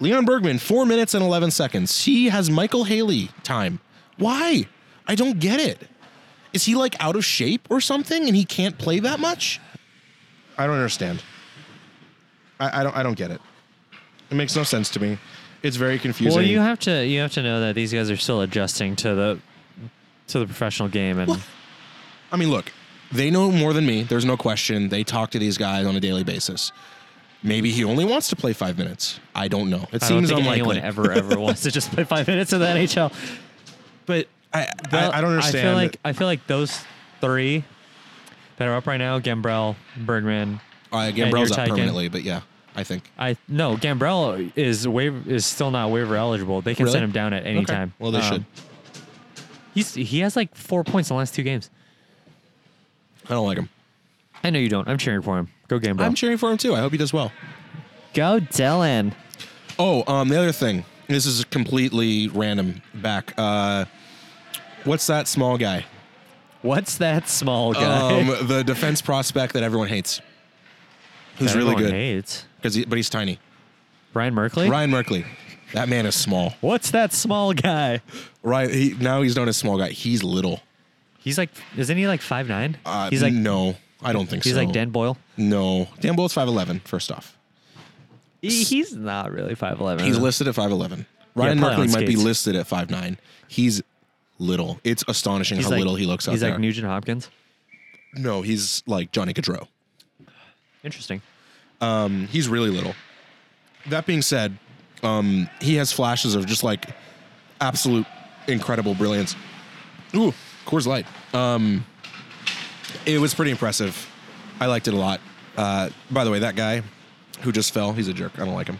Leon Bergman, four minutes and 11 seconds. He has Michael Haley time. Why? I don't get it. Is he like out of shape or something and he can't play that much? I don't understand. I, I don't I don't get it. It makes no sense to me. It's very confusing.
Well, you have to you have to know that these guys are still adjusting to the to the professional game, and
I mean, look, they know more than me. There's no question. They talk to these guys on a daily basis. Maybe he only wants to play five minutes. I don't know. It
I don't
seems
think
unlikely.
anyone ever ever
(laughs)
wants to just play five minutes of the NHL. But
I,
Well,
I, I don't understand.
I feel like I feel like those three that are up right now, Gambrell, Bergman.
uh, Gambrell's
you're
up
taken.
permanently, but yeah, I think.
I no Gambrell is waiver is still not waiver eligible. They can
Really?
send him down at any
Okay.
time.
Well, they
Um,
should.
He's he has like four points in the last two games.
I don't like him.
I know you don't. I'm cheering for him. Go Gambrell.
I'm cheering for him too. I hope he does well.
Go Dylan.
Oh, um, the other thing. This is completely random. Back. Uh, what's that small guy?
What's that small guy?
Um, the defense prospect that everyone hates. Who's
That
really
everyone
good?
Hates.
Because he, but he's tiny.
Brian Merkley.
Ryan Merkley. That man is small.
What's that small guy?
Right. He, now he's known as small guy. He's little.
He's like, isn't he like five nine?
Uh,
he's like,
no, I don't think
he's
so.
like Dan Boyle.
No, Dan Boyle's five eleven. First off,
He- he's not really five eleven.
he's listed at five eleven.
Uh-huh. Yeah,
Ryan
probably on
Merkley might be
skates.
listed at five nine. He's little. It's astonishing how little he looks out
He's
there.
like Nugent Hopkins.
no, he's like Johnny Gaudreau.
Interesting.
He's really little. That being said, um, he has flashes of just like absolute incredible brilliance. Ooh, Coors Light. Um, it was pretty impressive. I liked it a lot. Uh, by the way, that guy who just fell, he's a jerk. I don't like him.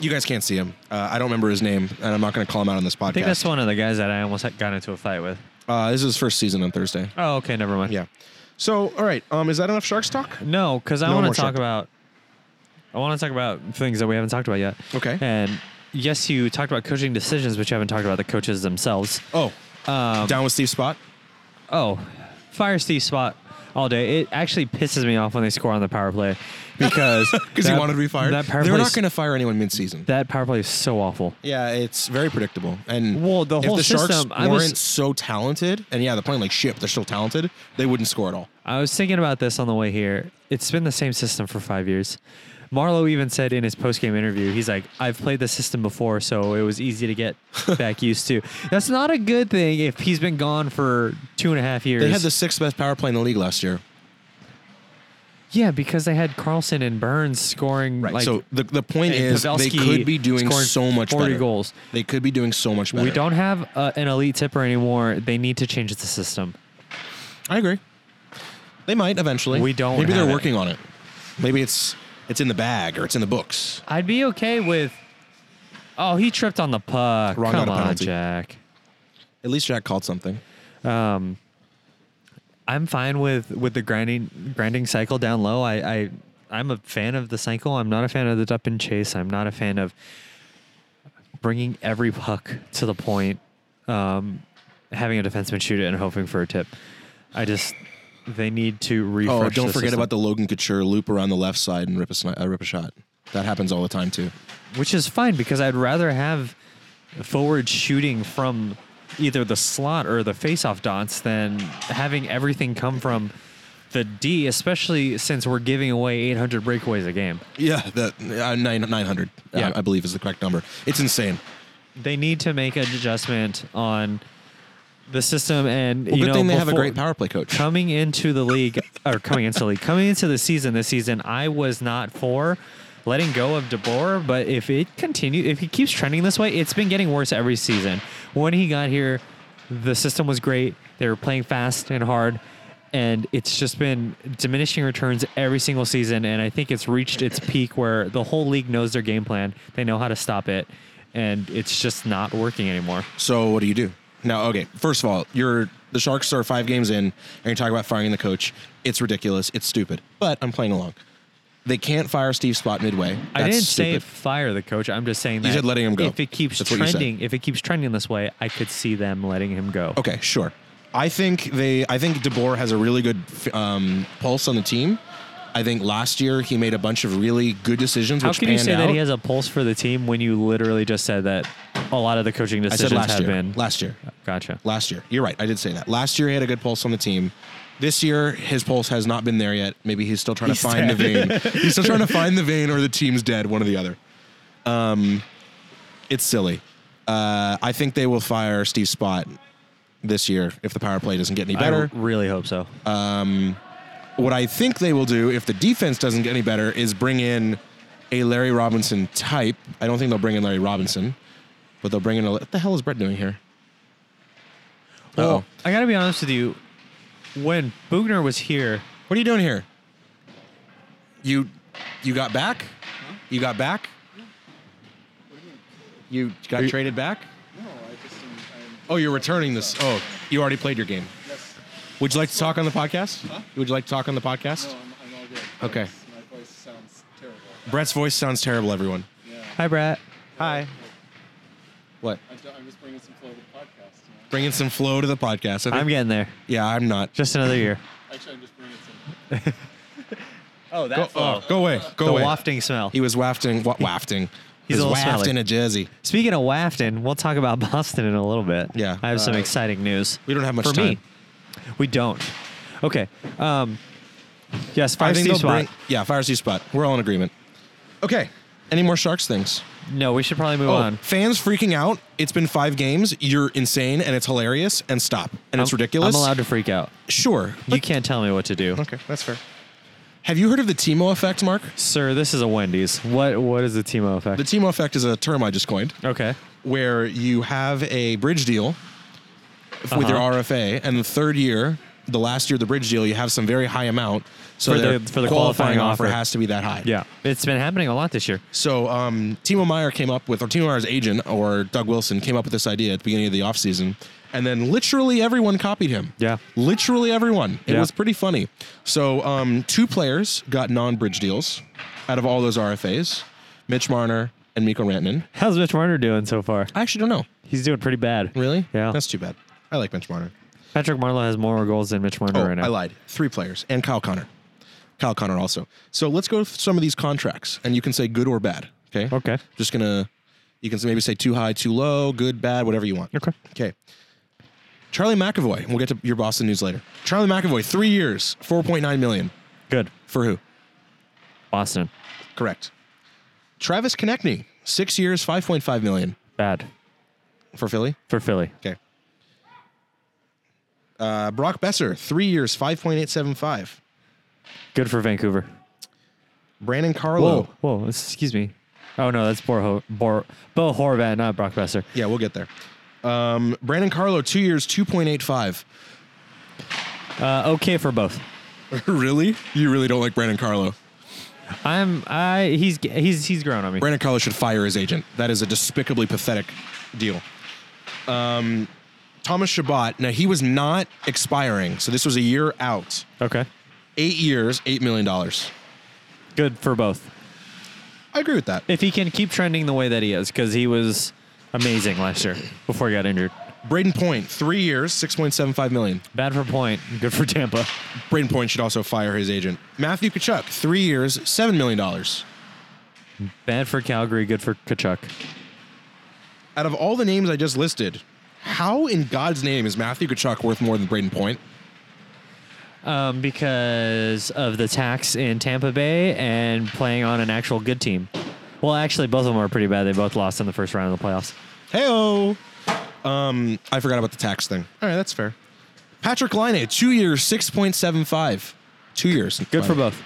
You guys can't see him. Uh, I don't remember his name, and I'm not going to call him out on this
I think that's
podcast.
one of the guys that I almost had- got into a fight with.
Uh, this is his first season on Thursday.
Oh, okay, never mind.
Yeah. So, all right. Um, is that enough Sharks talk?
No, because I
No
want
more
to talk
Shark.
about. I want to talk about things that we haven't talked about yet.
Okay.
And yes, you talked about coaching decisions, but you haven't talked about the coaches themselves.
Oh,
Um,
down with Steve Spot.
Oh, fire Steve spot all day. It actually pisses me off when they score on the power play
(laughs)
because
Because he
that-
wanted to be fired.
That power
They're
play
not going to fire anyone mid-season.
That power play is so awful.
Yeah, it's very predictable. And
Well, the whole
if the Sharks
system, I
weren't
was-
so talented, and yeah, they're playing like shit, but they're still talented. They wouldn't score at all.
I was thinking about this on the way here. It's been the same system for five years. Marlowe even said in his post-game interview, he's like, "I've played the system before, so it was easy
(laughs)
to get back used to." That's not a good thing if he's been gone for two and a half years.
They had the sixth best power play in the league last year.
yeah, because they had Carlson and Burns scoring like.
so the, the point
and
is, they
Pavelski
could be doing
scoring
so much
40
better.
goals.
They could be doing so much better.
We don't have uh, an elite tipper anymore. They need to change the system.
I agree. They might eventually.
We don't
Maybe they're
have it.
working on it. Maybe it's it's in the bag or it's in the books.
I'd be okay with. Oh, he tripped on the puck.
Wrong out
Come
of
on,
penalty.
Jack.
At least Jack called something.
Um, I'm fine with with the grinding grinding cycle down low. I, I I'm a fan of the cycle. I'm not a fan of the dump and chase. I'm not a fan of bringing every puck to the point, um, having a defenseman shoot it and hoping for a tip. I just they need to refresh.
Oh, don't
the
forget
system,
about the Logan Couture loop around the left side and rip a, sni- uh, rip a shot. That happens all the time too.
which is fine because I'd rather have forward shooting from either the slot or the faceoff dots than having everything come from the D, especially since we're giving away 800 breakaways a game.
Yeah, that uh, nine nine hundred.
Yeah.
I, I believe is the correct number. It's insane.
They need to make an adjustment on the system, and
Well,
you
good
know,
thing they have a
before-
great power play coach.
Coming into the league, or coming into the league, coming into the season this season, I was not for letting go of DeBoer, but if it continues, if he keeps trending this way, it's been getting worse every season. When he got here, the system was great. They were playing fast and hard, and it's just been diminishing returns every single season. And I think it's reached its peak where the whole league knows their game plan, they know how to stop it, and it's just not working anymore.
So what do you do now? Okay, first of all, you're the Sharks are five games in, and you're talking about firing the coach. It's ridiculous. It's stupid. But I'm playing along. They can't fire Steve Spot midway. That's
I didn't say
stupid.
fire the coach. I'm just saying that
said letting him go.
If it keeps
That's what you said.
trending, if it keeps trending this way, I could see them letting him go.
Okay, sure. I think they. I think DeBoer has a really good um, pulse on the team. I think last year he made a bunch of really good decisions.
How
which
can you
panned
say that
out.
he has a pulse for the team when you literally just said that a lot of the coaching
I said
decisions
last
have
year.
been
Last year.
gotcha.
Last year. You're right. I did say that. Last year he had a good pulse on the team. This year, his pulse has not been there yet. Maybe he's still trying to find the vein. he's still trying to find the vein, or the team's dead, one or the other. Um, it's silly. Uh, I think they will fire Steve Spot this year if the power play doesn't get any
I
better.
really hope so.
what I think they will do if the defense doesn't get any better is bring in a Larry Robinson type. I don't think they'll bring in Larry Robinson, but they'll bring in a. What the hell is Brett doing here? Oh,
Well, I gotta be honest with you. When Bugner was here,
what are you doing here? You, you got back. You got back. You got
you-
traded back. Oh, you're returning this. Oh, you already played your game. Would you like to talk on the podcast? Would you like to talk on the podcast? Okay.
My voice sounds terrible.
Brett's voice sounds terrible, everyone.
hi Brett. Hi.
What?
I, am just bringing some flow to the podcast.
Bringing some flow to the podcast. I think-
I'm getting there.
yeah, I'm not.
Just another year.
Actually, I'm just bringing some. (laughs)
Oh,
Go, oh, go away. Go
the
away.
wafting smell.
he was wafting. Wa- wafting. He
He's a
was
little
wafting
smelly.
a jersey.
Speaking of wafting, we'll talk about (laughs) Boston in a little bit.
Yeah. Uh,
I have some exciting news.
We don't have much
for me.
time.
We don't. Okay. Um, yes,
I
fire
think
Steve
they'll
Spot.
bring- yeah, fire Steve Spot. We're all in agreement. Okay. Any more Sharks things?
no, we should probably move
Oh,
on.
fans freaking out. It's been five games. You're insane and it's hilarious and stop. And it's
I'm-
ridiculous.
I'm allowed to freak out.
Sure.
you can't tell me what to do,
Okay, that's fair. Have you heard of the Timo effect, Mark?
sir. This is a Wendy's. What What is the Timo effect?
The Timo effect is a term I just coined.
okay.
where you have a bridge deal f- with your
Uh-huh.
RFA, and the third year, the last year of the bridge deal, you have some very high amount. So
For the-
their
for the
qualifying,
qualifying
offer,
offer.
has to be that high.
Yeah, it's been happening a lot this year.
So um, Timo Meyer came up with, or Timo Meyer's agent, or Doug Wilson came up with this idea at the beginning of the offseason, and then literally everyone copied him.
Yeah.
Literally everyone. It
Yeah.
was pretty funny. So um, two players got non-bridge deals out of all those RFAs, Mitch Marner and Miko Rantanen.
How's Mitch Marner doing so far?
I actually don't know.
He's doing pretty bad.
Really?
Yeah.
That's too bad. I like Mitch Marner.
Patrick Marlowe has more goals than Mitch Marner
Oh,
right now.
I lied. Three players and Kyle Connor. Kyle Connor also. So let's go through some of these contracts, and you can say good or bad. Okay.
Okay.
Just gonna. You can maybe say too high, too low, good, bad, whatever you want.
Okay.
Okay. Charlie McAvoy. We'll get to your Boston news later. Charlie McAvoy, three years, four point nine million
Good.
for who?
Boston.
Correct. Travis Konechny, six years, five point five million
Bad
for Philly.
for Philly.
Okay. Uh, Brock Besser, three years, five point eight seven five.
Good for Vancouver.
Brandon Carlo.
Whoa. Whoa. Excuse me. Oh no, that's Bor Bor Bo Horvat, not Brock Besser.
Yeah, we'll get there. Um, Brandon Carlo, two years, two point eight five.
Uh, okay for both.
(laughs) really? You really don't like Brandon Carlo?
I'm. I. He's. He's. He's grown on me.
Brandon Carlo should fire his agent. That is a despicably pathetic deal. Um, Thomas Shabbat. Now he was not expiring, so this was a year out.
Okay.
Eight years, eight million dollars.
Good for both.
I agree with that.
If he can keep trending the way that he is, because he was amazing last year before he got injured.
Braden Point, three years, six point seven five million.
Bad for point. Good for Tampa.
Braden Point should also fire his agent. Matthew Kachuk, three years, seven million dollars.
Bad for Calgary. Good for Kachuk.
out of all the names I just listed, how in God's name is Matthew Kachuk worth more than Braden Point?
Um, because of the tax in Tampa Bay and playing on an actual good team. Well, actually, both of them are pretty bad. They both lost in the first round of the playoffs.
Heyo. Um, I forgot about the tax thing. All right, that's fair. Patrick Line, two years, six point seven five. Two years.
Good for
Fine.
both.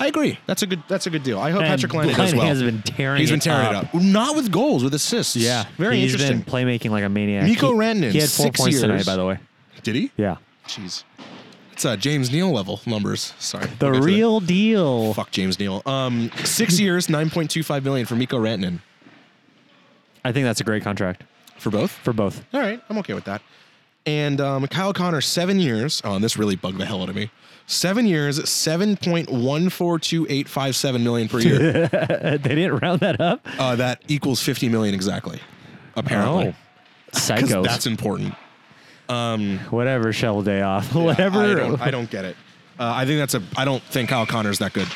I agree. That's a good. That's a good deal. I hope
And
Patrick Line does
Laine
well.
has been tearing
He's been
it
tearing
up.
it up. Not with goals, with assists.
Yeah,
Very
He's
interesting.
been playmaking like a maniac.
Mikko
He-
Rantanen,
He had four
six
points
years.
tonight, by the way.
Did he?
Yeah,
Jeez. It's uh, James Neal level numbers. Sorry.
the
We'll get to that.
real deal.
Fuck James Neal. Um, six years, nine point two five million for Miko Rantanen
I think that's a great contract
for both.
for both.
All right, I'm okay with that. And um, Kyle Connor, seven years. Oh, and this really bugged the hell out of me. Seven years, seven point one four two eight five seven million per year.
(laughs) they didn't round that up.
uh, that equals fifty million exactly,
Oh,
apparently. Because
psychos.
that's important.
Whatever, shovel day off. Whatever.
I don't, I don't get it. Uh, I think that's a. I don't think Kyle Connor's that good.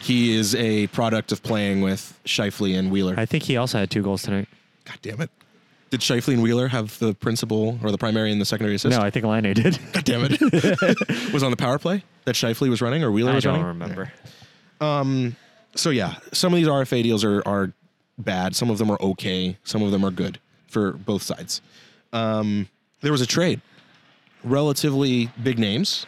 He is a product of playing with Shifley and Wheeler.
I think he also had two goals tonight.
God damn it. Did Shifley and Wheeler have the principal or the primary and the secondary assist?
No, (laughs) I think Line A did.
God damn it. (laughs) was on the power play that Shifley was running or Wheeler
I
was
don't
running?
remember.
So yeah, some of these RFA deals are are bad. Some of them are okay. Some of them are good for both sides. Um, there was a trade, relatively big names.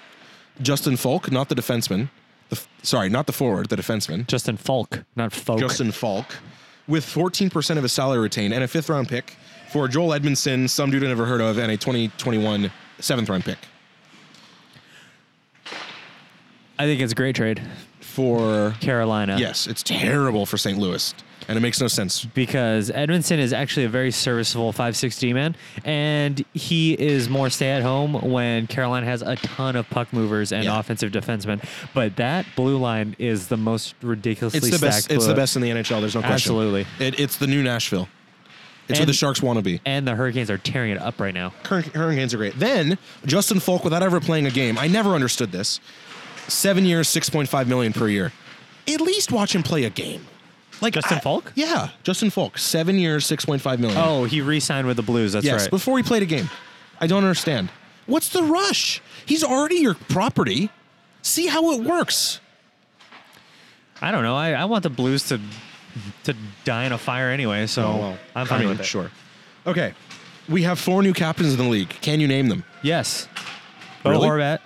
Justin Falk, not the defenseman. The, f- sorry, not the forward, the defenseman.
Justin Falk, not Folk.
Justin Falk, with 14% of his salary retained and a fifth round pick for Joel Edmondson, some dude I never heard of, and a 2021 seventh round pick
I think it's a great trade.
for.
Carolina.
Yes, it's terrible for St. Louis, and it makes no sense.
Because Edmondson is actually a very serviceable 5'6D man, and he is more stay at home when Carolina has a ton of puck movers and
Yeah.
offensive defensemen. But that blue line is the most ridiculously
It's the
stacked
best. It's
blue-
the best in the NHL. There's no question.
Absolutely.
It, it's the new Nashville. It's where
And-
the Sharks want to be.
And the Hurricanes are tearing it up right now.
Hur- Hurricanes are great. Then Justin Falk, without ever playing a game, I never understood this. Seven years, six point five million per year. At least watch him play a game. Like
Justin
I-
Falk?
Yeah, Justin Falk. Seven years, six point five million.
Oh, he re-signed with the Blues. That's
yes.
right.
Before he played a game, I don't understand. What's the rush? He's already your property. See how it works.
I don't know. I, I want the Blues to to die in a fire anyway, so Oh, I'm fine
Oh, I mean,
with it.
Sure. Okay. We have four new captains in the league. Can you name them?
Yes. Bo
Really?
Horvat.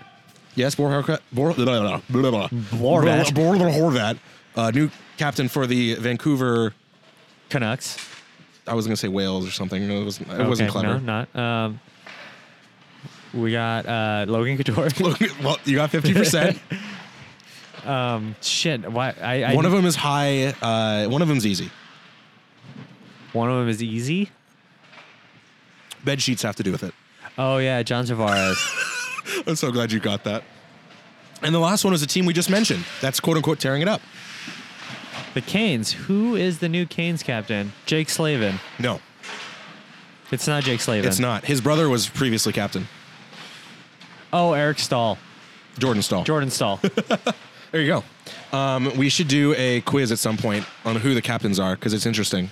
Yes, Bor Horvat. Bor, blah, blah, blah, blah.
Horvat.
Bor, Bor Horvat, uh, new captain for the Vancouver.
Canucks.
I was gonna say Wales or something. It wasn't. It wasn't
Okay,
(laughs) clever.
No, not. Um, we got uh,
(laughs)
Logan Couture.
well, you got fifty percent.
Shit, why? (laughs) I, I
One of them is high. Uh, one of them's easy.
One of them is easy.
Bed sheets have to do with it.
Oh yeah, John Tavares.
I'm so glad you got that. And the last one was a team we just mentioned. That's quote unquote tearing it up.
the Canes. Who is the new Canes captain? Jake Slavin.
No,
It's not Jake Slavin.
it's not. His brother was previously captain,
Oh, Eric Stahl.
Jordan Stahl. (laughs)
Jordan Stahl.
There you go. Um, we should do a quiz at some point on who the captains are because it's interesting.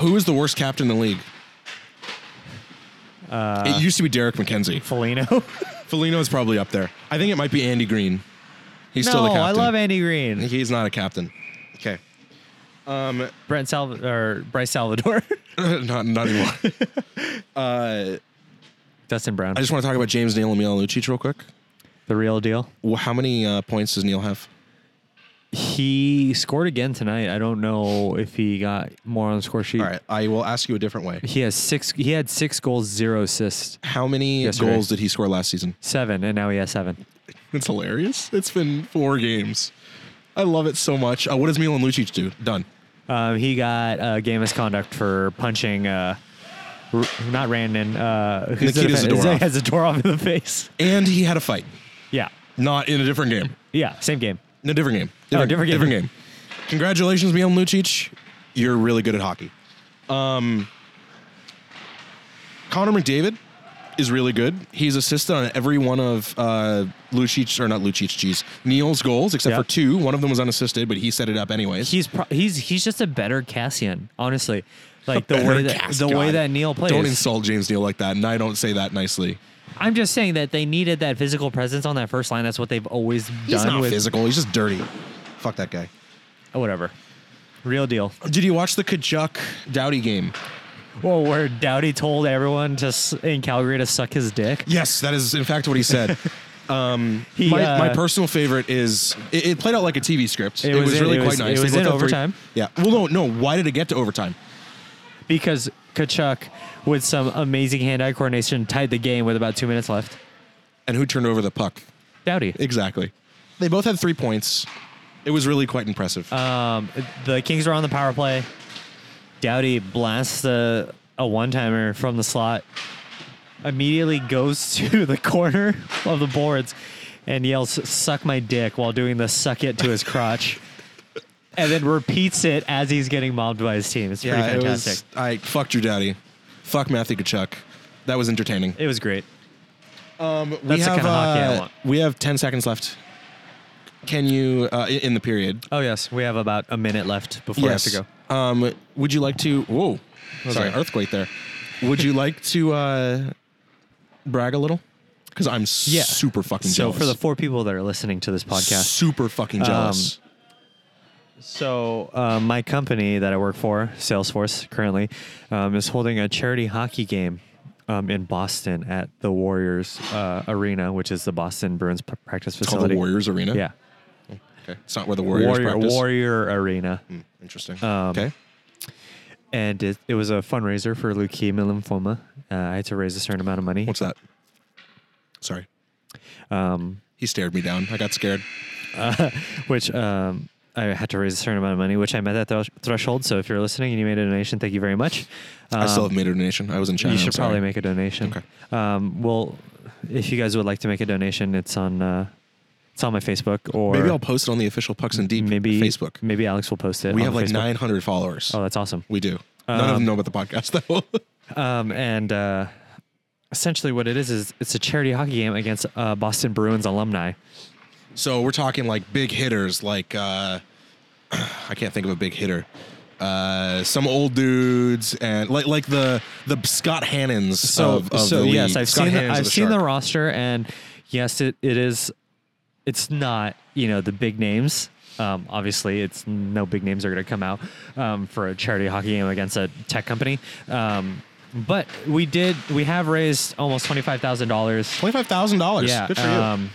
Who is the worst captain in the league? it used to be Derek McKenzie.
Foligno.
Felino is probably up there. I think it might be Andy Green. He's
no,
still the captain.
I love Andy Green.
He's not a captain. Okay.
Brent Salva or Bryce Salvador.
(laughs)
(laughs)
not not anymore.
Dustin Brown.
I just want to talk about James Neal and Milan Lucic real quick.
the real deal.
Wh- How many uh, points does Neal have?
He scored again tonight. I don't know if he got more on the score sheet.
All right, I will ask you a different way.
He has six. He had six goals, zero assists,
How many
Yesterday.
goals did he score last season?
seven, and now he has seven.
It's hilarious. It's been four games. I love it so much. Uh, what does Milan Lucic do? Done.
Um, he got uh, game misconduct for punching, uh, R- not Randon, uh, who's the
Nikita
defen-
Zadorov.
Has (laughs) Zadorov in the face.
And he had a fight.
Yeah,
Not in a different game.
yeah, same game.
No, different game.
Oh, different game.
Different game. Congratulations, Milan Lucic. You're really good at hockey. Um, Connor McDavid is really good. He's assisted on every one of uh, Lucic, or not Lucic, geez, Neal's goals, except
Yeah.
for two. One of them was unassisted, but he set it up anyways.
He's pro- he's he's just a better Cassian, honestly. Like the
Better
way that
cast,
the way
God.
that Neil plays.
Don't insult James Neal like that, and I don't say that nicely.
I'm just saying that they needed that physical presence on that first line. That's what they've always done
He's not
with
physical. He's just dirty. Fuck that guy.
Oh, whatever.
(laughs)
Real deal.
Did you watch the Kachuk Dowdy game?
Well, where Dowdy told everyone to s- in Calgary to suck his dick.
Yes, that is in fact what he said.
He,
my,
uh,
my personal favorite is it, it played out like a TV script.
It
It, was,
was in-
really
it
quite
was-
nice.
it
They
was
both
in
had three-
overtime?
yeah. Well, no, no. Why did it get to overtime?
because Kachuk, with some amazing hand-eye coordination, tied the game with about two minutes left.
And who turned over the puck?
Dowdy.
Exactly. They both had three points. It was really quite impressive.
Um, the Kings are on the power play. Dowdy blasts a, a one-timer from the slot, immediately goes (laughs) to the corner of the boards, and yells "suck my dick" while doing the "suck it" to his crotch, (laughs) and then repeats it as he's getting mobbed by his team. It's pretty
it
fantastic.
was. I fucked your daddy. Fuck Matthew Kachuk. That was entertaining.
It was great.
we
That's the
have
kind of hockey I
uh,
want.
we have ten seconds left. Can you uh, i- in the period?
Oh yes, we Oh, have about a minute left before I have to go.
Um, would you like to? Whoa, Sorry, earthquake there. Would you like to uh, brag a little? Because I'm
Yeah.
super fucking
So
jealous.
for the four people that are listening to this podcast, Um,
super fucking jealous.
So uh, my company that I work for, Salesforce, currently um, is holding a charity hockey game um, in Boston at the Warriors uh, Arena, which is the Boston Bruins p- practice
it's called the
facility.
Warriors Arena.
Yeah,
okay. it's not where the Warriors
Warrior
practice. Hmm.
Warrior Arena,
Interesting.
Um,
okay,
and it, it was a fundraiser for leukemia and lymphoma. Uh, I had to raise a certain amount of money.
what's that? Sorry,
Um,
he stared me down. I got scared.
which um, I had to raise a certain amount of money, which I met that thresh- threshold. So if you're listening and you made a donation, thank you very much.
I
Um,
still haven't made a donation. I was in China. Oh,
you
I'm
should
sorry.
probably make a donation.
Okay.
Um, well, if you guys would like to make a donation, it's on uh, it's on my Facebook or
Maybe I'll post it on the official Pucks and Deep
maybe
Facebook.
Maybe Alex will post it.
We
on
have
the
like
Facebook.
900 followers.
Oh, that's awesome.
we do. None of them
Um,
know about the podcast (laughs) though.
Um, and uh, essentially, what it is is it's a charity hockey game against uh, Boston Bruins alumni.
so we're talking like big hitters, like uh, (clears throat) I can't think of a big hitter. Uh, some old dudes and like like the the Scott Hannons.
so
of, of
so
the
yes,
league.
I've
Scott
seen
Hannons
the,
of
I've seen the
Shark.
roster, and yes, it, it is. It's not you know the big names. Um, obviously, it's no big names are going to come out um, for a charity hockey game against a tech company. Um, but we did we have raised almost twenty five thousand dollars
Twenty-five thousand dollars.
yeah.
good for
um,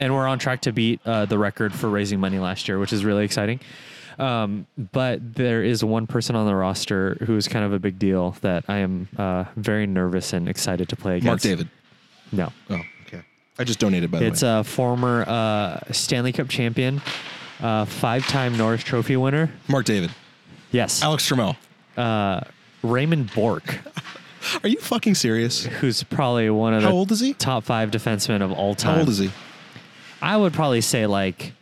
And we're on track to beat uh, the record for raising money last year, which is really exciting. Um, but there is one person on the roster who is kind of a big deal that I am uh, very nervous and excited to play
you. Mark
against.
David.
No.
Oh, okay. I just donated by the
It's
way.
a former uh, Stanley Cup champion, uh, five time Norris Trophy winner.
Mark David.
Yes.
Alex Trammell.
Uh, Raymond Bork,
Are you fucking serious?
who's probably one of
How
the
old is he?
top five defensemen of all time.
How old is he?
I would probably say like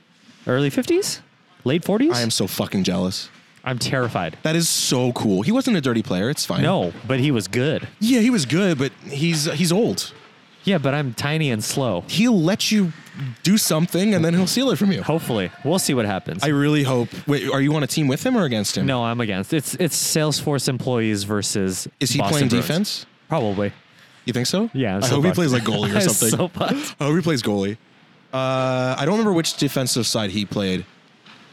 early 50s, late 40s.
I am so fucking jealous.
I'm terrified.
That is so cool. He wasn't a dirty player. It's fine.
(laughs) No, but he was good.
Yeah, he was good, but he's he's old.
Yeah, but I'm tiny and slow.
He'll let you do something, and then he'll steal it from you.
Hopefully, we'll see what happens.
I really hope. Wait, are you on a team with him or against him?
no, I'm against. It's it's Salesforce employees versus.
Is he
Boston
playing
Bruins.
defense?
Probably.
You think so?
Yeah, I'm
I
so
hope he
fucked.
plays like goalie
(laughs)
or
I'm
something.
so fucked.
I hope he plays goalie. Uh, I don't remember which defensive side he played.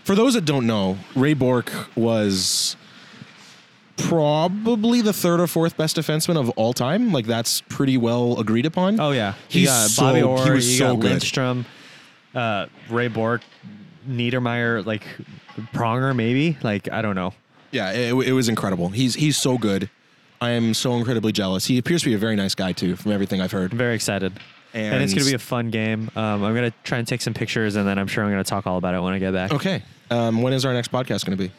For those that don't know, Ray Bork was probably the third or fourth best defenseman of all time. Like that's pretty well agreed upon.
Oh yeah,
He's
you got Bobby
so-
Orr,
he was
you
so
got
good.
Lindstrom, uh, Ray Bork, Niedermeyer, like Pronger, maybe. Like I don't know.
Yeah, it, it was incredible. He's he's so good. I am so incredibly jealous. He appears to be a very nice guy too, from everything I've heard.
I'm very excited. And, it's
And-
going to be a fun game. Um, I'm going to try and take some pictures, and then I'm sure I'm going to talk all about it when I get back.
Okay, um, when is our next podcast going to be?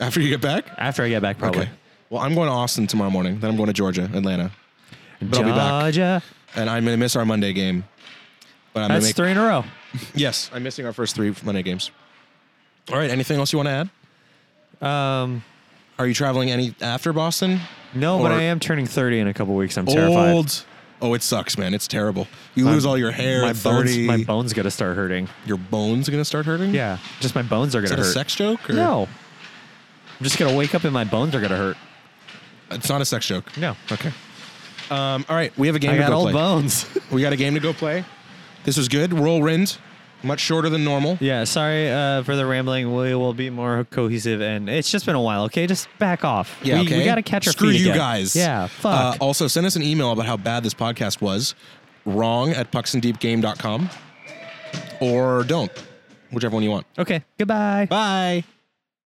After you get back.
After I get back, probably.
Okay. Well, I'm going to Austin tomorrow morning. Then I'm going to Georgia, Atlanta, But I'll be back.
Georgia.
and I'm going to miss our Monday game. But I'm
That's
gonna make,
three in a row.
Yes, I'm missing our first three Monday games. All right. Anything else you want to add?
Um,
Are you traveling any after Boston?
no, but
Or-
I am turning 30 in a couple weeks. I'm terrified.
Old. Oh, it sucks, man. It's terrible. You lose all your hair.
My
at 30.
bones, my bones got to start hurting.
Your bones are gonna start hurting.
Yeah, just my bones are
Is
going
that
to
a
hurt.
sex joke? Or?
No, I'm just going to wake up and my bones are going to hurt.
It's not a sex joke.
No,
Okay. Um, all right, we have a game.
I
to
got
go
old
play. (laughs)
bones.
We got a game to go play. This was good. Whirlwind, much shorter than normal.
yeah, sorry uh, for the rambling. We will be more cohesive, and it's just been a while. Okay, just back off.
Yeah,
we,
okay.
got to catch our
Screw
feet
you
again.
guys.
Yeah,
Uh,
fuck.
also, send us an email about how bad this podcast was. Wrong at pucksanddeepgame.com or don't, whichever one you want.
okay, goodbye.
Bye.